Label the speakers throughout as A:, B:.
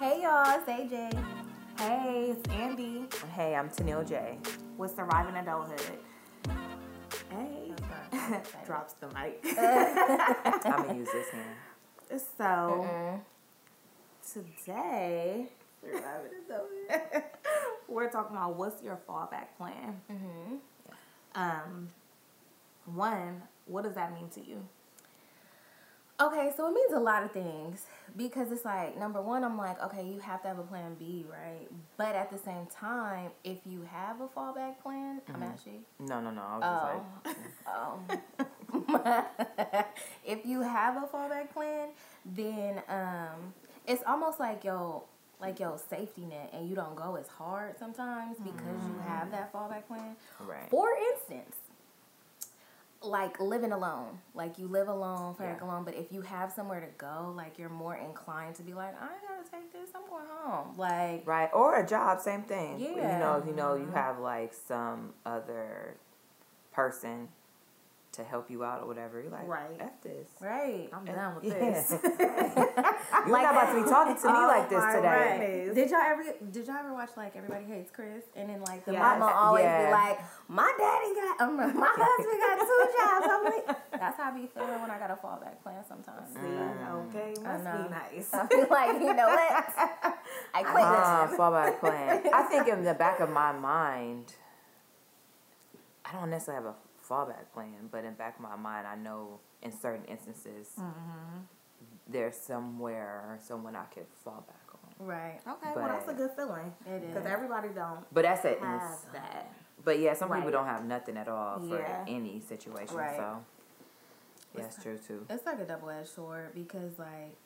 A: y'all. It's AJ. Hey, it's Andy
B: Hey, I'm Tanil J.
A: with Surviving Adulthood.
B: Hey.
A: Drops the mic.
B: I'm gonna use this hand.
A: so, today, we're talking about what's your fallback plan. Um, one, what does that mean to you?
C: Okay, so it means a lot of things because it's like number one, I'm like, okay, you have to have a plan B, right? But at the same time, if you have a fallback plan, I'm actually,
B: No, no, no. I was just
C: oh, if you have a fallback plan, then um, it's almost like your like your safety net, and you don't go as hard sometimes because you have that fallback plan.
B: like, right.
C: For instance, like living alone, like you live alone, feel
B: Yeah.
C: alone, but if you have somewhere to go, like you're more inclined to be like, I ain't gotta take this, I'm going home. Like,
B: Right. Or a job, same thing. You
C: Yeah.
B: know, if you know you have like some other person to help you out or whatever, you're like,
A: Right.
B: F this.
C: right, I'm done with
B: Yeah.
C: this.
B: You're not about to be talking to me like this
A: my
B: today.
A: goodness.
C: Did y'all ever did y'all ever watch like Everybody Hates Chris? And then like the
A: Yes.
C: mama always
B: Yeah.
C: be like, My daddy got um, my husband got two jobs. I'm like that's how I be feeling when I got a fallback plan sometimes.
B: Mm.
A: Okay, must
C: know.
A: be nice.
C: I feel like, you know what? I quit.
B: Uh, fallback plan. I think in the back of my mind, I don't necessarily have a fallback plan, but in back of my mind, I know in certain instances Mm-hmm. there's somewhere someone I could fall back on.
C: Right.
A: Okay, well that's a
B: But-
A: good feeling
C: It
A: because
C: is.
A: everybody don't
B: But that's it.
A: have that.
B: But yeah, some people
C: Right.
B: don't have nothing at all for
A: Yeah.
B: any situation.
C: Right.
B: So yeah, it's true too.
C: It's like a double edged sword because like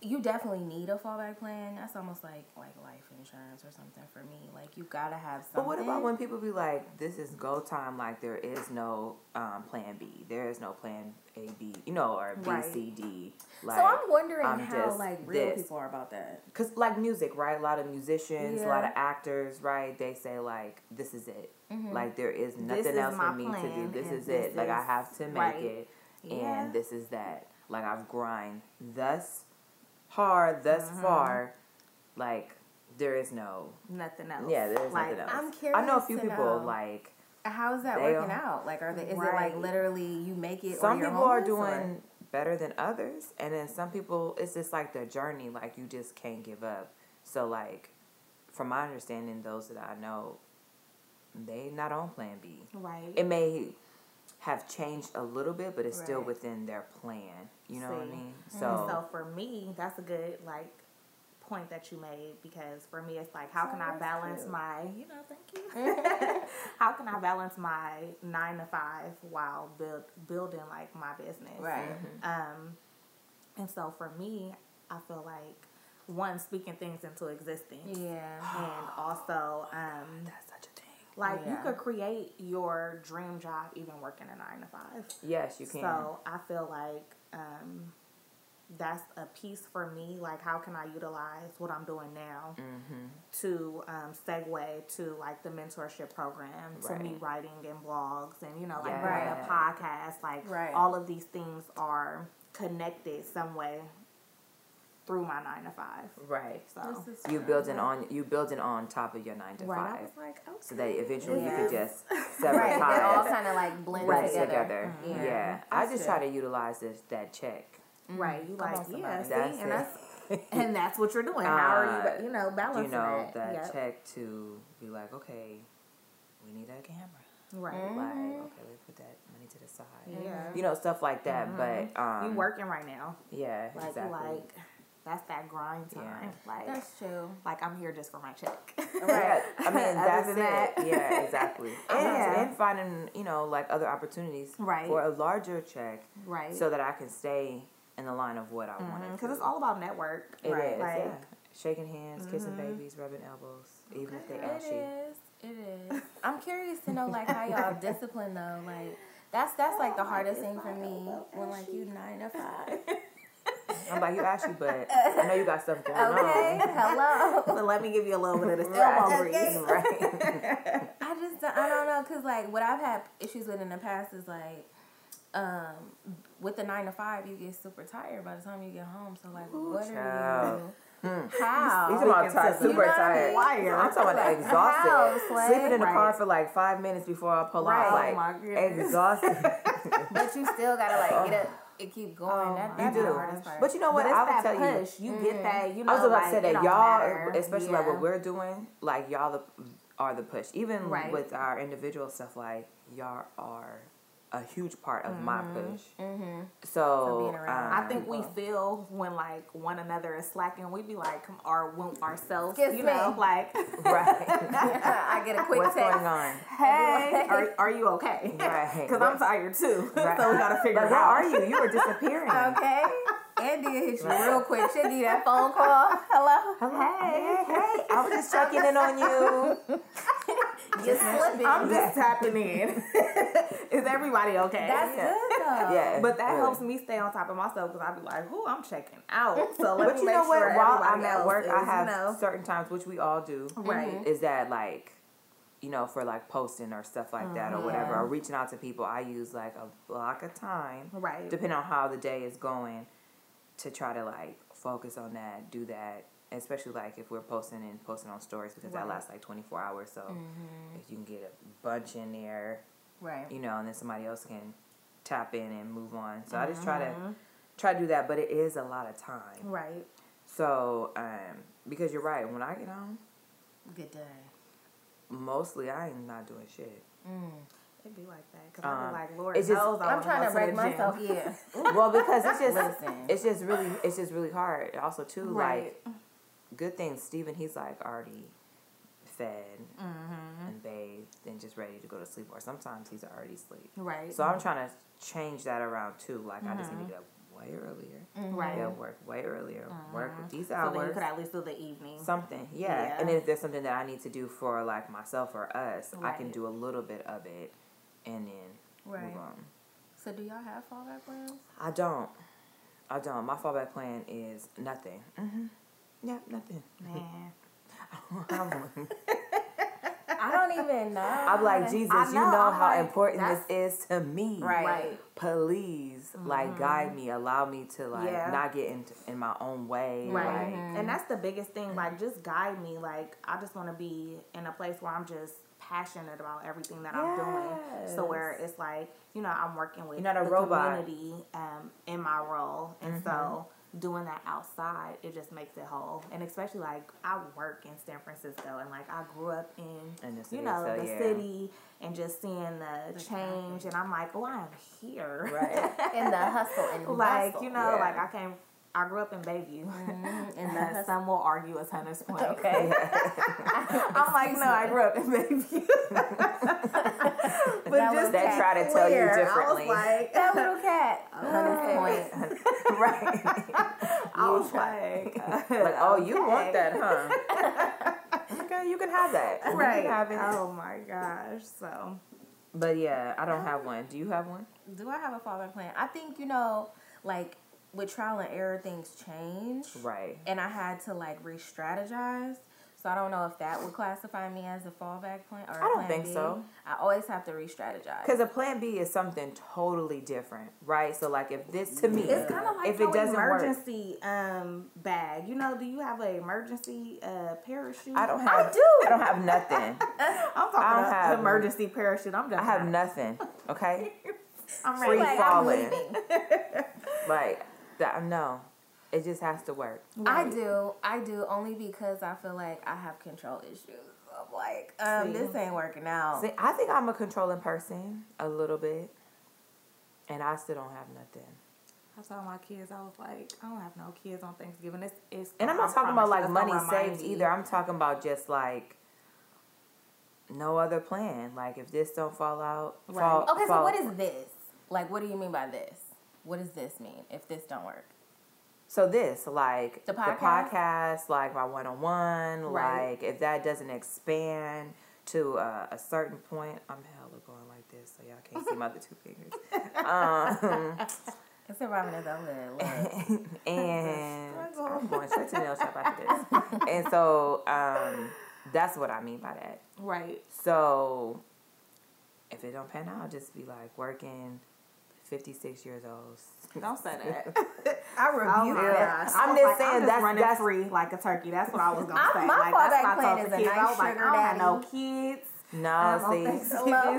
C: you definitely need a fallback plan. That's almost like like life insurance or something for me. Like you gotta have something.
B: But what about when people be like, "This is go time. Like there is no um, plan B. There is no plan A, B. You know, or B,
A: Right.
B: C, D." Like,
C: so I'm wondering
B: I'm
C: how
B: just
C: like real
B: this.
C: people are about that.
B: Cause like music, right? A lot of musicians, a lot
C: Yeah.
B: of actors, right? They say like, "This is it. Like there is nothing
A: Mm-hmm. is
B: else
A: my
B: for me to do.
A: plan,
B: This
A: and
B: is
A: this
B: it. like I
A: is-
B: have to make
A: right.
B: it,
C: Yeah.
B: and this is that. Like I've grind thus hard, thus
A: Mm-hmm.
B: far. Like there is no,
A: Nothing else.
B: yeah, there is
A: like,
B: nothing else.
C: I'm
B: I know a
C: curious
B: few
C: to
B: people
C: know.
B: like
C: How is that
B: They
C: working
B: are-
C: out? Like, are they? Is it
A: Right.
C: like literally you make it?
B: some
C: or you're
B: people are
C: homeless, or-
B: doing better than others and then some people it's just like their journey like you just can't give up so like from my understanding those that i know they not on plan b
A: Right.
B: it may have changed a little bit but it's still
C: Right.
B: within their plan you know what i
A: See.
B: mean so,
A: So for me, that's a good like point that you made because for me it's like how can I
C: that's
A: balance
C: cute.
A: my you know, thank you. how can I balance my nine to five while build building like my business?
C: right.
A: Um, and so for me, I feel like one speaking things into
B: Mm-hmm.
A: existence,
C: Yeah.
A: and also um,
B: that's such a thing
A: like
C: Yeah.
A: you could create your dream job even working a nine to five.
B: yes you can
A: So I feel like um, that's a piece for me. Like, how can I utilize what I'm doing now to um, segue to like the mentorship program, to me
B: Right.
A: writing and blogs, and you know, like
B: Yeah.
A: running a podcast. Like,
C: Right.
A: all of these things are connected some way through my nine to five.
B: right
A: So
C: This is
B: you
C: true.
B: building on you building on top of your nine to
A: right, I
B: five
A: was like, okay.
B: so that eventually you could just sever
C: Right. It all
B: ties
C: kind of like blends
B: right together.
C: together.
B: Yeah,
A: Mm-hmm.
C: Yeah.
B: I
C: That's
B: just try to utilize this that check.
A: right, you
C: Come
A: like,
C: on,
A: yeah,
C: somebody.
A: see,
B: That's
A: and
B: it.
A: that's and that's what you're doing. How are
B: Uh,
A: you, you know, balancing
B: you know
A: it?
B: that
A: Yep.
B: check to be like, okay, we need that camera.
A: Right.
B: Mm-hmm. Like, okay, we put that money to the side.
A: Mm-hmm. Yeah. Mm-hmm.
B: You know stuff like that, but um,
A: you working right now.
B: Yeah,
A: Like
B: exactly.
A: like that's that grind
B: Yeah.
A: time. Like
C: That's true.
A: like I'm here just for my check.
B: Yeah, I mean that's it.
A: than that.
B: Yeah, exactly. and,
A: Yeah.
B: and finding you know like other opportunities
A: Right.
B: for a larger check,
A: right.
B: so that I can stay in the line of what I want to.
A: because it's all about network.
B: It
A: right.
B: is,
A: Like
B: yeah. Shaking hands, kissing babies, rubbing elbows, even if they
C: Mm-hmm. It
B: ashy.
C: is. It is. I'm curious to know like how y'all discipline though. Like that's that's like the hardest thing for me when like you nine to five.
B: I'm like, you ashy, but I know you got stuff going
C: Okay, hello.
A: so let me give you a little bit of this
B: Right.
A: elbow grease.
B: on. Right.
C: I just don't, I don't know because like what I've had issues with in the past is like um with the nine to five Hmm. you get super tired by the time you get home. So like what are
B: child.
C: you? How?
B: talking about tired,
A: Speaking to
B: super
A: the
B: tired.
A: choir.
B: I'm talking about exhausted.
C: House, like-
B: Sleeping in the car
A: Right.
B: for like five minutes before I pull
C: Right.
B: out,
C: Oh
B: like
A: my goodness.
B: exhausted.
C: But you still gotta like get up and keep going. that,
B: you
C: that's
B: do.
C: the hardest part.
B: But you know what?
C: it's
B: I would
C: that
B: tell you- Mm-hmm.
C: push. you. get that. You know,
B: I was about
C: like,
B: to say
C: it
B: that
C: don't
B: y'all,
C: matter.
B: especially like
C: Yeah.
B: what we're doing, like y'all the, are the push. Even
C: Right.
B: with our individual stuff, like y'all are a huge part of my push. Mm-hmm. So,
C: being around
A: I
B: um,
A: think we feel when like one another is slacking, we be like, come or when ourselves,
C: Excuse
A: you know,
C: me.
A: like,
B: right.
C: I get a quick
B: What's
C: text.
B: going on?
A: hey, are, are you okay?
B: Right.
A: Because I'm tired too,
B: Right.
A: so we gotta figure
B: Like, oh,
A: it
B: where
A: out.
B: are you? You were disappearing.
A: Um,
C: Okay. Andy hit you real quick. She give you that phone call. Hello.
B: Hey, hey, I was just checking in on you.
C: You're slipping.
A: I'm just tapping in. is everybody okay?
C: That's
B: Yeah.
C: good though.
B: Yeah,
A: but that
B: really.
A: helps me stay on top of myself because I be like, "Who I'm checking out." So let
B: But
A: me
B: you
A: make
B: know what?
A: sure
B: While
A: everybody
B: I'm at
A: else
B: work, I
A: is,
B: have
A: you know, Mm-hmm.
B: certain times, which we all do,
A: Right.
B: is that like, you know, for like posting or stuff like that or whatever,
C: Yeah.
B: or reaching out to people, I use like a block of time,
A: Right.
B: depending on how the day is going, to try to like focus on that, do that. Especially like if we're posting and posting on stories because that
A: Right.
B: lasts like 24 hours. So if you can get a bunch in there,
C: Right.
B: you know, and then somebody else can tap in and move on. So I just try to try to do that, but it is a lot of time.
A: right.
B: So um, because you're right, when I get home,
C: Good day.
B: mostly I am not doing shit.
A: It'd be like that because I
B: Um,
A: be like, "Lord
B: it's
A: knows
B: just-
A: I
C: I'm
A: wanna
C: trying
A: go
C: to break
A: the
C: myself.
A: gym."
C: Yeah.
B: well, because it's just
C: Listen.
B: it's just really it's just really hard. Also, too,
A: Right.
B: like good thing Steven, he's like already fed
A: Mm-hmm.
B: and bathed and just ready to go to sleep, or sometimes he's already asleep.
A: Right.
B: So I'm trying to change that around too. Like I just need to get up way earlier.
A: Mm-hmm. Right. Uh-huh.
B: Get up work way earlier. Work with these
A: so then you
B: hours.
A: could at least do the evening.
B: something, yeah. And
A: Yeah.
B: then if there's something that I need to do for like myself or us, I can
A: Right.
B: do a little bit of it, and then
C: Right.
B: move on.
C: So do y'all have fallback plans?
B: I don't. I don't. My fallback plan is nothing. Mm-hmm. Yeah, nothing.
A: Man,
C: I don't even know.
B: I'm like Jesus.
A: I
B: you
A: know,
B: know
A: I'm
B: how
A: like,
B: important
A: that's-
B: this is to me.
C: Right.
A: Right. Mm-hmm.
B: Please, like, guide me. Allow me to like
A: Yeah.
B: not get in, in my own way.
A: right. Mm-hmm.
B: Like,
A: And that's the biggest thing.
B: Mm.
A: Like, just guide me. Like, I just want to be in a place where I'm just passionate about everything that I'm doing. So where it's like, you know, I'm working with
B: You're not a
A: the
B: robot. Mm-hmm.
A: community um, in my role, and so doing that outside, it just makes it whole. And especially like, I work in San Francisco, and like I grew up in,
B: In the
A: you
B: city,
A: know,
B: so
A: the
B: yeah.
A: city, and just seeing the, change. And I'm like, oh, I'm here.
B: right.
C: in the hustle and
A: like you know,
B: Yeah. Mm-hmm.
A: like I came, I grew up in Bayview.
C: Mm-hmm, in the
A: Uh,
C: hustle.
A: some will argue a tennis point.
C: Okay.
A: I'm like, no, I grew up in Bayview. but
C: That
A: just
C: little
B: they
C: cat.
B: try to tell you
A: clear,
B: differently.
A: I
C: that little cat. Honest point.
B: right.
A: was like, I was like,
B: Like, oh, you want
A: Okay.
B: that, huh? okay, you can have that. You can
A: right.
B: have it.
A: Oh my gosh. So
B: But yeah, I don't
A: Um,
B: have one. Do you have one?
C: Do I have a fallback plan? I think you know, like with trial and error, things change.
B: Right.
C: And I had to like re-strategize. So I don't know if that would classify me as a fallback plan or I
B: don't think so.
C: I always have to re-strategize.
B: Because a plan B is something totally different, right? So like, if this to me,
A: it's kind of like
B: if it
A: your
B: doesn't work,
A: emergency um bag. You know, do you have an emergency uh parachute?
B: I don't have.
A: I do.
B: I don't have nothing.
A: I'm talking
B: I don't
A: about
B: have-
A: emergency parachute. I'm just.
B: I have nothing. Okay,
A: I'm
B: free
A: ready.
C: Like, I'm
B: falling.
C: leaving.
B: Like that. No, it just has to work.
C: I do, I do only because I feel like I have control issues. I'm like, um,
A: See.
C: this ain't working out.
B: See, I think I'm a controlling person a little bit, and I still don't have nothing.
A: I told my kids, I was like, I don't have no kids on Thanksgiving. It's, it's
B: And I'm
A: I
B: not talking about like
A: promise you,
B: money
A: it's gonna
B: saved
A: remind me.
B: either. I'm talking about just like no other plan. Like if this don't fall out,
A: Right.
B: fall,
C: Okay, so
B: fall-
C: what is this? Like, what do you mean by this? What does this mean if this don't work?
B: So this, like
C: The podcast?
B: podcast, like my one on one,
C: Right.
B: like if that doesn't expand to uh, a certain point, I'm hella going like this, so y'all can't see my other two fingers.
C: It's a Robin is over. Like,
B: and I'm going straight to the nail shop after this. and so um, that's what I mean by that.
A: Right.
B: So if it don't pan out, I'll just be like working 56 years old.
A: Don't say that.
C: I rebuke
A: my
C: that.
A: gosh.
B: I'm
A: I was
B: just saying
A: like, I'm just
B: that's-
A: running
B: that's-
A: free like a turkey. That's what I was gonna
C: My-
A: say.
C: my
A: like, that's
C: fallback
A: what I
C: plan
A: told
C: is
A: the
C: a
A: kids. I
C: nice
A: was like, I
C: sugar
A: don't have no
C: daddy.
A: kids.
B: No,
A: I don't
B: see,
A: think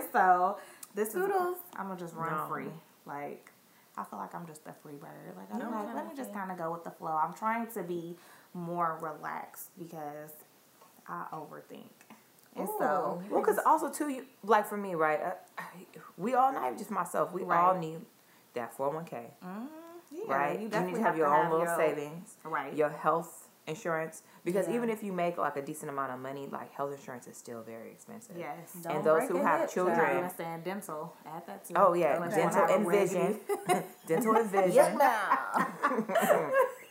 A: so. so this
C: Toodles.
A: is I'm gonna just run
B: No.
A: free. Like I feel like I'm just a free bird. Like I'm
C: No,
A: like, let
C: kinda
A: me just
C: thing.
A: kind of go with the flow. I'm trying to be more relaxed because I overthink, and so
C: Ooh.
B: Well, because also too, you, like for me, right? Uh, I- we all, not even just myself, we all
A: Right. Mm-hmm.
B: need that four hundred one k,
A: yeah,
B: right?
A: You,
B: You, need
A: definitely
B: to have your own little
A: your-
B: savings,
A: Right.
B: Your health insurance, because
C: Yeah.
B: even if you make like a decent amount of money, like health insurance is still very expensive.
A: Yes.
C: Don't
B: and those
C: break
B: who
C: your
B: have
C: hips,
A: I'm not
B: children,
A: gonna stand dental. Add that to
B: oh yeah,
A: Unless you
B: dental
A: wanna have
B: and
A: a red
B: vision, dental and
C: Yuck
B: vision,
C: now.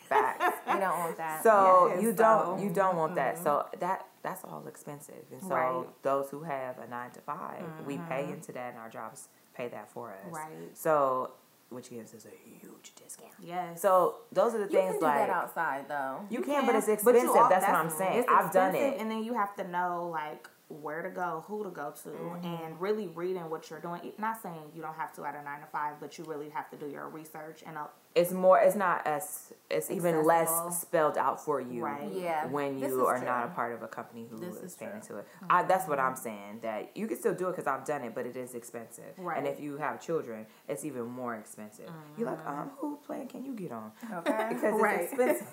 B: facts.
C: you don't want that.
B: So
A: Yes,
B: you don't you don't want that.
A: mhm.
B: So that that's all expensive. And so
A: Right.
B: those who have a nine to 5 we pay into that, and our jobs pay that for us.
A: Right.
B: So which gives us a huge discount.
A: Yes.
B: So those are the
C: you can
B: things
C: do
B: like
C: that outside though.
B: you can, but it's
A: you
B: expensive.
A: all-
B: that's, what I'm saying.
A: it's
B: I've done
A: expensive,
B: it.
A: And then you have to know like where to go, who to go to,
B: Mm-hmm.
A: and really reading what you're doing. It- Not saying you don't have to at a nine to five, but you really have to do your research and uh,
B: It's more. It's not as. It's even
A: Accessible.
B: less spelled out for you.
A: Right.
C: Yeah,
B: When
C: this
B: you
C: is
B: are
C: true.
B: not a part of a company who
C: This
B: is
C: is
B: paying
C: true.
B: into it. I, that's what I'm saying. That you can still do it because I've done it, but it is expensive.
A: Right.
B: And if you have children, it's even more expensive. You're like, um, who plan can you get on?
C: Okay.
B: Because it's
A: Right.
B: expensive.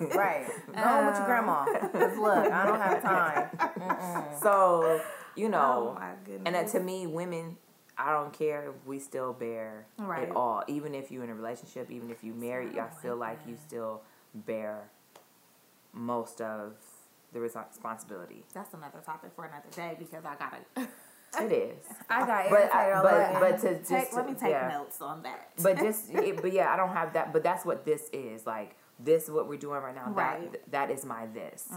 C: right. Go on with your grandma. 'Cause look, I don't have time.
B: so you know.
A: oh my goodness.
B: And that to me, women, I don't care. We still bear
A: Right.
B: it all. Even if you're in a relationship, even if you marry, I feel like you still bear most of the respons- responsibility.
A: that's another topic for another day because I gotta.
B: It is.
C: I got
B: But I-
C: irritated all
B: but
C: over.
B: but to just
A: take, let me take
B: yeah.
A: notes on that.
B: But just it, but yeah, I don't have that. But that's what this is like. This is what we're doing right now.
A: Right.
B: That that is my this,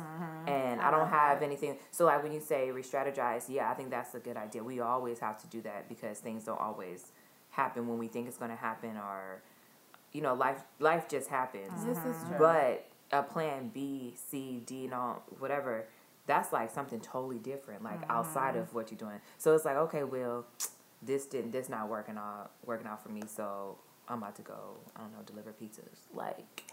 B: and I don't have anything. So like when you say re-strategize, yeah, I think that's a good idea. We always have to do that because things don't always happen when we think it's going to happen, or you know, life life just happens.
C: This is true.
B: Mm-hmm. But a plan B, C, D, and all whatever, that's like something totally different, like outside
C: Mm-hmm.
B: of what you're doing. So it's like, okay, well, this didn't, this not working out, working out for me. So I'm about to go, I don't know, deliver pizzas, like,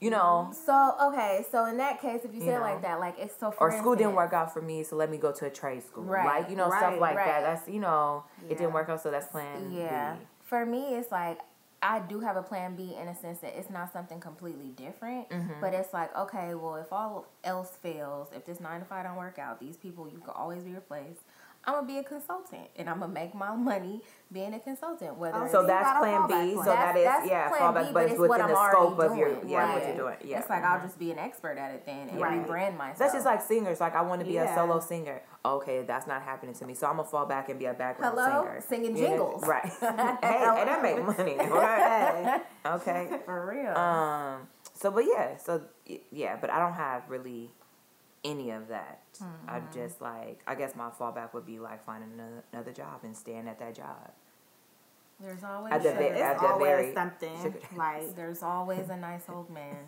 B: you know,
C: so okay, so in that case, if you,
B: You
C: said it like
B: know.
C: that, like it's so. For
B: or school didn't
C: instance-
B: work out for me, so let me go to a trade school,
C: Right,
B: like you know,
A: right,
B: stuff like
C: right.
B: that. That's you know, it
A: Yeah.
B: didn't work out, so that's plan
C: Yeah.
B: B.
C: For me, it's like I do have a plan B in a sense that it's not something completely different,
B: Mm-hmm.
C: but it's like okay, well, if all else fails, if this nine to five don't work out, these people you can always be replaced. I'm gonna be a consultant, and I'm gonna make my money being a consultant. Whether
A: Oh,
C: it's
B: So
A: You got
B: that's
A: a
B: plan
A: fallback
B: B.
A: plan.
B: So that is
C: that's
B: yeah,
C: plan
B: fallback,
C: B,
B: but it's
C: it's
B: within
C: what
B: the
C: I'm
B: scope
C: already
B: of your
C: doing.
B: yeah, what
C: Right.
B: you're doing. Yeah. Mm-hmm.
C: It's like I'll just be an expert at it then and
A: Right.
C: rebrand myself.
B: That's just like singers. Like I want to be
A: Yeah.
B: a solo singer. Okay, that's not happening to me. So I'm gonna fall back and be a background
C: Hello?
B: singer.
C: Singing
B: You know,
C: jingles.
B: Right. hey, and I make money. Right. okay.
C: for real.
B: Um. So, but yeah. So y- yeah. But I don't have really any of that. I'm
C: Mm-hmm.
B: just like I guess my fallback would be like finding another, another job and staying at that job.
C: Oh There's always
B: at the
C: sugar.
B: ve- at
A: it's
B: the
A: always
B: very-
A: something
B: sugar-
A: like
C: There's always a nice old man.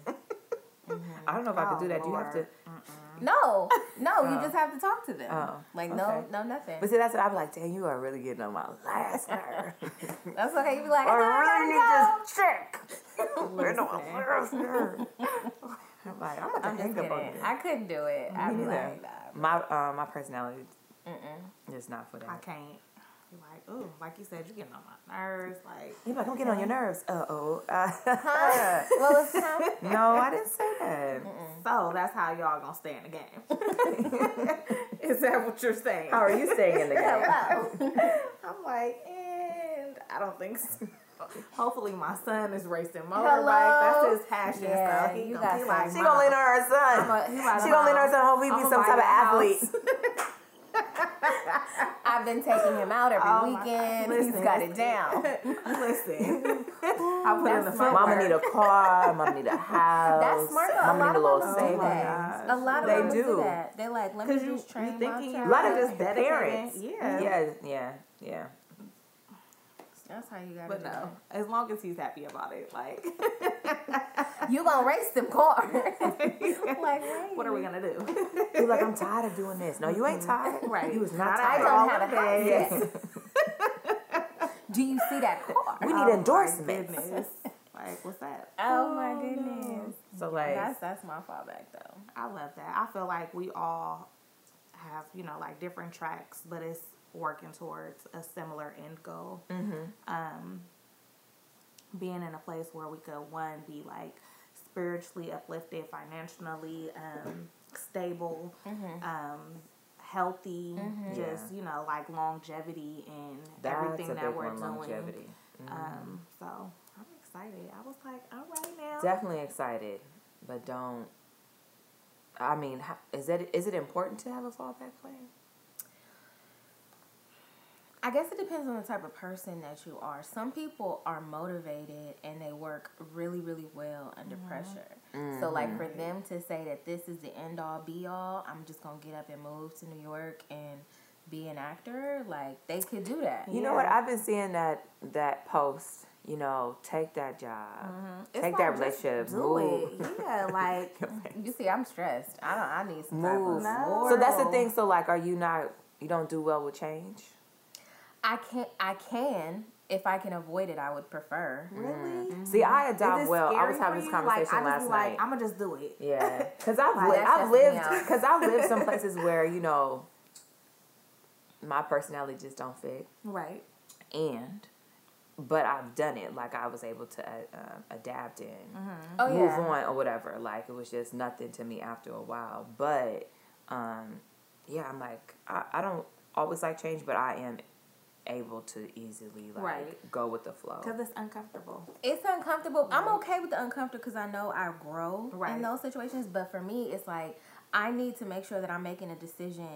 B: I don't know if I could
A: Oh,
B: do that. Do you have to?
A: Lord.
C: No, no, you
B: Oh.
C: just have to talk to them.
B: Oh,
C: like no,
B: okay.
C: no, nothing.
B: But see, that's what I'm like. Dang, you are really getting on my last nerve.
C: That's okay. You be like, I,
B: I really
C: gotta
B: need this check. We're not
A: Listen.
B: last nerve. I'm like, I'm
C: go.
B: about
C: I'm
B: to
C: just
B: hang up on
C: kidding.
B: this.
C: I couldn't do it. I'd be
B: Me neither.
C: like, nah.
B: My uh, my personality
C: Mm-mm.
B: is not for that.
A: I can't. Like, ooh, like you said, you're getting on my nerves. Like,
B: You're like, I'm getting on your nerves. Uh-oh. Uh
C: well, it's time.
B: No, I didn't say that.
A: so that's how y'all gonna stay in the game. Is that what you're saying?
B: How are you staying in the game?
C: Hello.
A: I'm like, and I don't think so. Hopefully, my son is racing motorbike.
C: Hello?
A: That's his passion.
C: Yeah,
A: so he,
C: you
A: you
C: got
A: he
C: some.
A: like,
B: She gonna lean on her son.
A: Mama, he like,
B: she gonna lean on her
A: Mama,
B: son. Hope he be
A: I'ma
B: some
A: buy
B: type of
A: you a
B: athlete.
A: house.
C: I've been taking him out every
A: Oh my-
C: weekend.
A: listen.
C: He's got it down.
A: Listen, I put
C: That's
A: in the
C: my
A: footwork.
B: Mama need a car. Mama need a house.
C: That's smart. though. A
B: Mama
C: lot
B: need a
C: of
B: little
C: moms
A: say
C: do
B: savings.
C: that. A lot of
B: They
C: moms
B: do.
C: do that. They like, let me
A: Because you,
C: just train
A: you
C: my
A: thinking
C: child.
A: you're
B: A lot of
A: just
B: just
A: dedicated.
B: parents.
A: Yeah.
B: Yeah, yeah, yeah.
C: That's how you gotta
A: But
C: do
A: no, as long as he's happy about it, like,
C: it. You gonna race them cars. like, wait.
A: what are we gonna do?
B: You're like, I'm tired of doing this. No, you ain't tired.
A: Right.
B: You was not
A: Not at
C: I
B: tired.
C: don't have a
A: All
C: house
A: day.
C: yet. Do you see that car?
B: We need endorsements.
A: Oh Goodness. like, what's that?
B: Oh my goodness. So like
C: That's that's my fallback though.
A: I love that. I feel like we all have, you know, like different tracks, but it's working towards a similar end goal. Mm-hmm. Um, being in a place where we could, one, be like spiritually uplifted, financially um, stable,
B: Mm-hmm.
A: um, healthy, just,
B: Yeah.
A: you know, like longevity in
B: Mm-hmm. that's
A: everything
B: a
A: that
B: big
A: we're
B: one,
A: doing.
B: longevity. Mm-hmm.
A: Um, so I'm excited. I was like, all right now.
B: Definitely excited, but don't. I mean, ho- is that is it important to have a fallback plan?
C: I guess it depends on the type of person that you are. Some people are motivated and they work really, really well under
B: Mm-hmm.
C: pressure. So, like for them to say that this is the end all be all, I'm just gonna get up and move to New York and be an actor. Like they could do that.
B: You know what? I've been seeing that that post. You know, take that job,
A: Mm-hmm. It's
B: take
A: like,
B: that
A: just
B: relationship,
A: Do
B: move.
A: it. Yeah, like
C: You see, I'm stressed. I don't. I need some
B: Move.
C: Type of
A: No.
B: So that's the
C: support.
B: thing. So like, are you not? You don't do well with change.
C: I can. I can. If I can avoid it, I would prefer.
A: really.
B: See, I
A: Mm-hmm. Is
B: adopt
A: it
B: well. I
A: scary
B: was having
A: for
B: this
A: you? Like, I
B: conversation
A: just
B: last
A: be
B: night.
A: Like, I'm gonna just do it.
B: yeah, because I've
A: Like,
B: li-
C: that
B: I've
C: stresses me
B: lived
C: out.
B: because I've lived some places where you know my personality just don't fit.
A: Right.
B: and but I've done it. Like I was able to uh, um, adapt and
C: Oh yeah.
B: Mm-hmm. move on or whatever. Like it was just nothing to me after a while. But um, yeah, I'm like I, I don't always like change, but I am able to easily like
A: Right.
B: go with the flow.
A: Because it's uncomfortable.
C: It's uncomfortable. I'm okay with the uncomfortable because I know I grow
A: Mm-hmm. Right.
C: in those situations. But for me, it's like I need to make sure that I'm making a decision,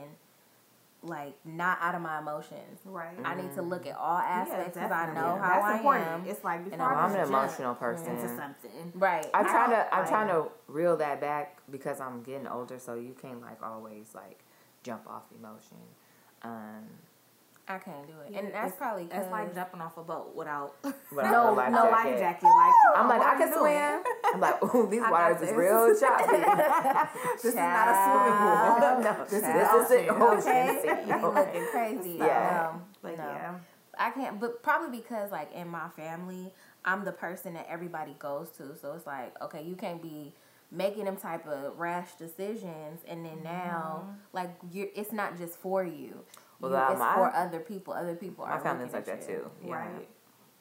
C: like not out of my emotions.
A: Right.
C: I need to look at all aspects because I
A: Mm-hmm. definitely.
C: know how
A: That's
C: I
A: important.
C: am.
A: It's like
C: and
A: before
B: Well,
A: I
B: I'm
A: just
B: an
A: jump
B: emotional person.
A: into something.
C: right.
B: I'm trying
A: don't
B: to I'm
A: like-
B: trying to reel that back because I'm getting older, so you can't like always like jump off emotion. Um,
C: I can't do it, and that's
A: It's-
C: probably
A: It's like
C: like
A: jumping off a boat without
B: without
A: no,
B: a life
A: no life
B: jacket.
A: jacket. Like
B: I'm like,
A: what
B: I
A: are
B: can
A: you doing?
B: swim. I'm like, ooh, these
A: got
B: waters is
A: this.
B: real choppy.
A: This is not a swimming pool.
B: no, no, this,
A: Child.
B: is the ocean.
C: okay. You looking crazy.
B: Yeah.
C: No,
A: But
C: no.
A: yeah,
C: I can't, but probably because like in my family, I'm the person that everybody goes to. So it's like, okay, you can't be making them type of rash decisions, and
B: Mm-hmm.
C: then now like you're, it's not just for you.
B: Well,
C: You-
B: uh,
C: it's
B: my-
C: for other people. Other people are.
B: My family's like
C: looking at
B: that
C: you.
B: too. Yeah.
A: right.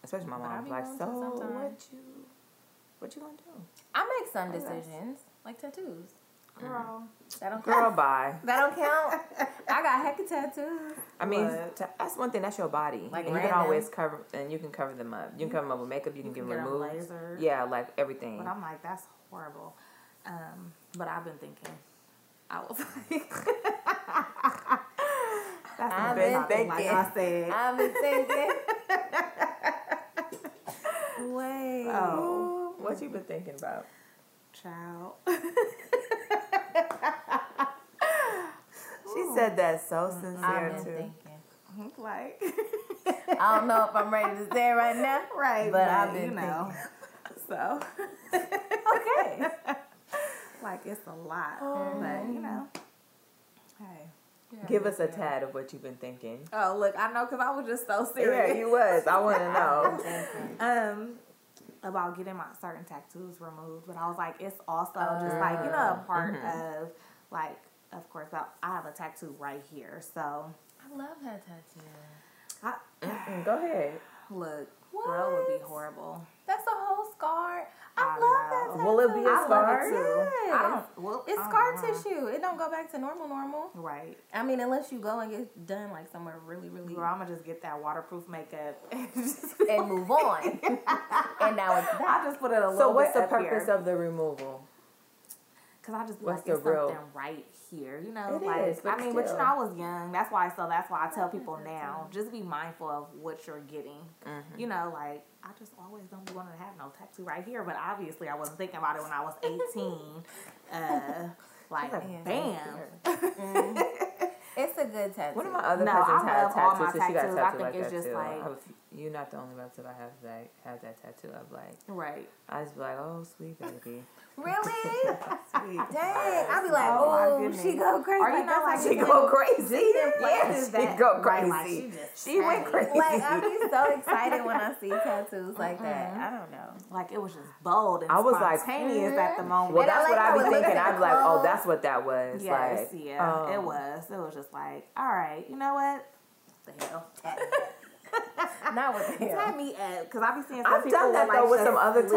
B: Especially my
C: I
B: mom.
C: be
B: Like,
C: going
B: so
C: to
B: what
C: sometimes."
B: you, what you gonna do?
C: I make some
B: that's-
C: decisions, like tattoos.
A: Girl,
C: That don't count.
B: Girl, bye.
C: That don't count. I got heck of tattoos.
B: I mean,
A: But-
B: t- that's one thing. That's your body.
C: Like
B: and you
C: random.
B: can always cover, and you can cover them up. You can cover them up with makeup. You can get
A: get 'em
B: them removed.
A: lasered.
B: Yeah, like everything.
A: but I'm like, that's horrible. Um, but I've been thinking, I was like, that's
C: I've
A: the best
C: been
A: I think, Like I said,
C: I've been thinking. Wait.
A: oh,
B: Ooh, what you been thinking about?
A: child.
B: She said that so
C: I've
B: sincere
C: been
B: too.
C: thinking.
A: like
C: I don't know if I'm ready to say it right now.
A: right,
C: But I've been
A: you know. So
C: Okay.
A: like it's a lot, but you know. Hey.
B: Give us a tad of what you've been thinking.
A: Oh look, I know because I was just so
B: Yeah,
A: serious.
B: you was. I want to know.
A: um about getting my certain tattoos removed but i was like it's also just like you know a part of like of course I, I have a tattoo right here so
C: I love that tattoo.
A: I,
B: Mm, Go ahead.
A: look girl would be horrible
C: That's a whole scar. I,
A: I
C: love
B: know. Will it
C: that tattoo.
B: be a
C: I love
B: scar?
C: it
A: too. I
C: Yes.
A: don't- well,
C: It's
A: I don't
C: scar
A: know.
C: tissue. It don't go back to normal, normal.
A: right
C: I mean, unless you go and get done like somewhere really, really
A: girl i'm gonna just get that waterproof makeup
C: and move on. and now it's
A: i
C: that.
A: just put it a little
B: So what's
A: bit
B: the
A: up here.
B: purpose of the removal?
A: Cause I just be
B: What's
A: like it's
B: the real-
A: something right here, you know.
B: It
A: like
B: is, but
A: I mean, but you
B: still.
A: know, I was young. That's why. So that's why I tell people now, just be mindful of what you're getting.
B: Mm-hmm.
A: You know, like I just always don't want to have no tattoo right here. But obviously, I wasn't thinking about it when I was 18. uh, like,
B: like,
A: bam.
C: It's a good tattoo.
B: One of my other
A: No,
B: cousins
A: I
B: had
A: love all my
B: tattoos, so she got
A: tattoos.
B: a
A: I
B: tattoo
A: think
B: like
A: it's
B: that
A: just
B: too.
A: like-
B: I have a few- You're not the only relative I have that have that tattoo of. Like
A: Right.
B: I just be like, oh sweet baby.
C: Really?
A: Sweet.
C: Dang. I'd be like,
A: Oh, my
C: oh,
A: goodness.
C: she go crazy.
B: Are you
C: Like,
B: not
C: that's how
B: like she go crazy?
A: places
B: Yes,
A: that-
B: she go
A: right, like,
B: crazy.
A: she just
B: She went
A: straight.
B: crazy.
C: Like I'd be so excited when I see tattoos like that. I don't know.
A: Like it was just bold and
B: I was like,
A: spontaneous at the moment.
B: Well,
C: And I
B: that's
C: like
B: what
C: how
B: I
C: it
B: be
C: looks
B: thinking.
C: at
B: I'd
C: the
B: be like, oh,
C: clothes.
B: that's what that was.
A: yes,
B: like,
A: yeah, it
B: um,
A: was. It was just like, all right, you know what? The hell,
C: Not with the
A: Tat
C: hell.
A: me up because I be seeing some
B: I've
A: people
B: done that,
A: with, like,
B: though, with
A: just
B: some other
A: sleeve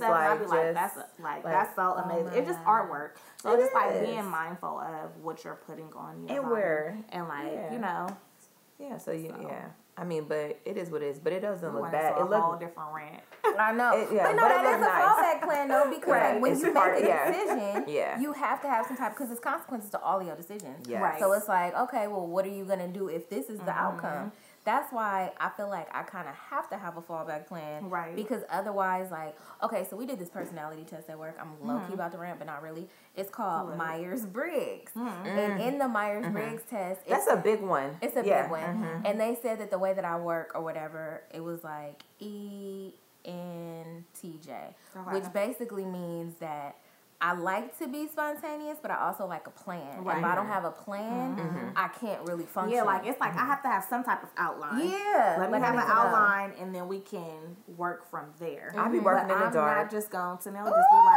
B: tattoos,
A: stuff, and I be
B: like,
A: like
B: just,
A: that's a-
B: like,
A: like,
B: oh
A: that's so amazing. It's just artwork, so
B: It
A: just like
B: is.
A: being mindful of what you're putting on your
B: And
A: body.
B: where.
A: and like
B: Yeah.
A: you know,
B: Yeah, so you,
A: So.
B: yeah. I mean, but it is what it is. But it doesn't
A: we
B: look
A: went
B: bad.
A: into a
B: It
A: whole
B: looked
A: different rant.
C: I know.
B: It- yeah,
C: but no,
B: but it
C: that is
B: looked nice.
C: a fallback plan though, because
B: Right,
C: like, when
B: it's
C: you
B: part-
C: make a
B: yeah.
C: decision,
B: Yeah.
C: you have to have some type because there's consequences to all of your decisions.
B: Yes. Mm-hmm.
A: Right.
C: So it's like, okay, well, what are you gonna do if this is the outcome? That's why I feel like I kind of have to have a fallback plan,
A: Right.
C: Because otherwise, like, okay, so we did this personality test at work. I'm
B: Mm-hmm.
C: low key about to rant, but not really. It's called
A: Love it.
C: Myers Briggs, and in the Myers Briggs test, it's
B: Mm-hmm. that's a big one.
C: it's a
B: Yeah.
C: big one.
A: mm-hmm.
C: And they said that the way that I work or whatever, it was like E N T J,
A: Okay.
C: which basically means that I like to be spontaneous, but I also like a plan. If I
A: Right. Mm-hmm.
C: don't have a plan, I can't really function.
A: Yeah, like it's like I have to have some type of outline.
C: yeah.
A: Let me
C: like, I
A: have an
C: need to know.
A: outline, and then we can work from there. Mm-hmm.
B: I be working
A: But
B: in the
A: I'm
B: dark.
A: not just going to know.
C: Ooh,
A: Just be like,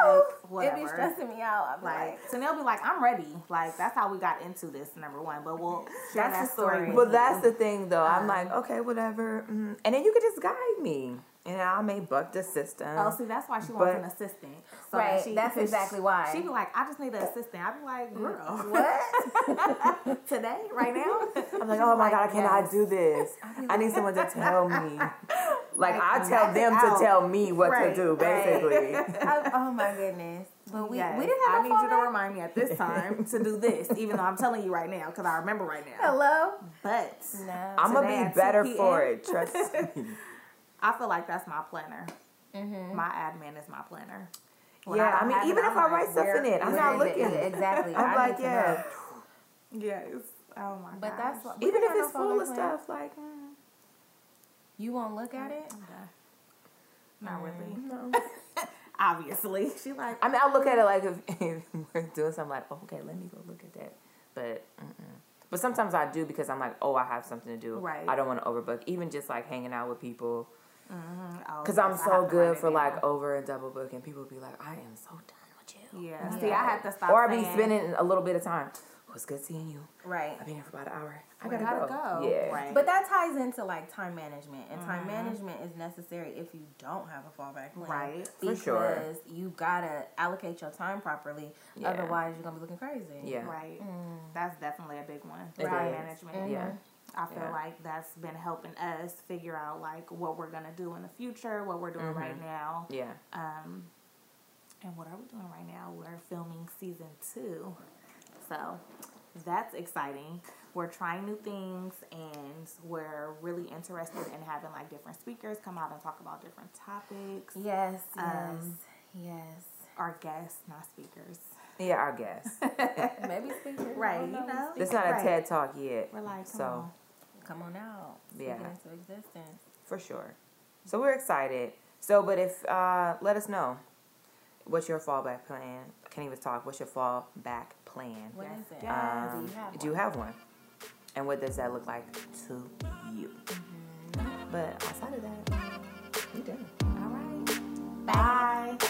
C: It be
A: whatever.
C: stressing me out. I'm like,
A: Like Tanel be like, I'm ready. Like that's how we got into this number one. But we'll share
C: That's
A: that
C: the
A: story.
C: story.
A: with
B: well,
A: you.
B: that's the thing, though. I'm like,
A: Uh-huh.
B: okay, whatever. Mm. And then you could just guide me, and I may buck the system.
A: oh, see, that's why she wants
B: But-
A: an assistant.
C: Right,
A: that
C: that's
A: because
C: exactly why.
A: She be like, I just need an assistant. I be like, girl,
C: what?
A: today, right now.
B: I'm like, oh my
C: like,
B: god, I cannot
C: yes.
B: do this. I need someone to tell me. Like, I tell
A: knock it
B: them
A: out.
B: to tell me what
A: Right,
B: to do,
C: right.
B: basically.
C: I- oh my goodness. But we,
A: Yes,
C: we didn't have
A: I
C: a
A: need you to
C: fallback.
A: remind me at this time to do this, even though I'm telling you right now because I remember right now.
C: Hello?
A: But
C: No.
B: I'm gonna
A: Today at
B: be
A: 2
B: better
A: p.m.
B: for it. Trust me.
A: I feel like that's my planner. My admin is my planner. When
B: Yeah,
A: don't
B: I mean,
A: have
B: even
A: I'm
B: if I write stuff
A: where
B: in it, I'm
A: is
B: not
A: it?
B: looking.
C: Exactly.
B: I'm
C: I need
B: like,
C: to know.
B: yeah.
A: Yes. Oh my god.
C: But that's what,
B: Even if it's full of stuff, like mm,
C: You won't look at it?
A: not really.
B: no.
A: Obviously, she like
B: I mean, I'll look at it like if, if we're doing something, like "Oh, okay, let me go look at that. But mm-mm. but sometimes I do because I'm like, oh, I have something to do.
A: Right.
B: I don't want to overbook. Even just like hanging out with people,
A: Oh,
B: because
A: yes,
B: I'm
A: I
B: so
A: have to write
B: good
A: it
B: for like
A: down.
B: over and double book, and people be like, I am so done with you.
A: Yeah.
C: Yeah.
A: See, I had to stop.
B: or I be
A: saying,
B: spending a little bit of time. Well, it's good seeing you.
C: Right.
B: I've been here for about an hour. I
A: We
B: gotta,
A: gotta
B: go.
A: go.
B: Yeah.
A: Right.
C: But that ties into like time management, and time management is necessary if you don't have a fallback plan,
A: Right, for
C: Because
B: sure.
C: you gotta allocate your time properly.
B: Yeah.
C: Otherwise, you're gonna be looking crazy.
B: Yeah.
A: Right. That's definitely a big one.
B: It
A: Time
B: is.
A: management.
B: Yeah.
A: I feel
B: Yeah.
A: like that's been helping us figure out like what we're gonna do in the future, what we're doing
B: Mm-hmm.
A: right now,
B: Yeah.
A: um, and what are we doing right now? We're filming season two, so that's exciting. We're trying new things, and we're really interested in having like different speakers come out and talk about different topics.
C: Yes. Yes.
A: Um,
C: yes.
A: Our guests, not speakers.
B: Yeah. I guess
C: Maybe speaker. I
A: Right,
C: don't
A: you know.
B: it's not a
A: Right.
B: TED talk yet.
A: We're like, come
B: so.
A: on.
C: Come on out. Speak
B: Yeah.
C: it into existence.
B: For sure. So we're excited. So, but if uh, let us know what's your fallback plan. Can't even talk. What's your fallback plan? Um,
C: What is it?
A: Yes, yes.
C: Do you have
B: Do you have one? And what does that look like to you?
C: Mm-hmm.
B: But outside of that, we done.
A: All right. Bye.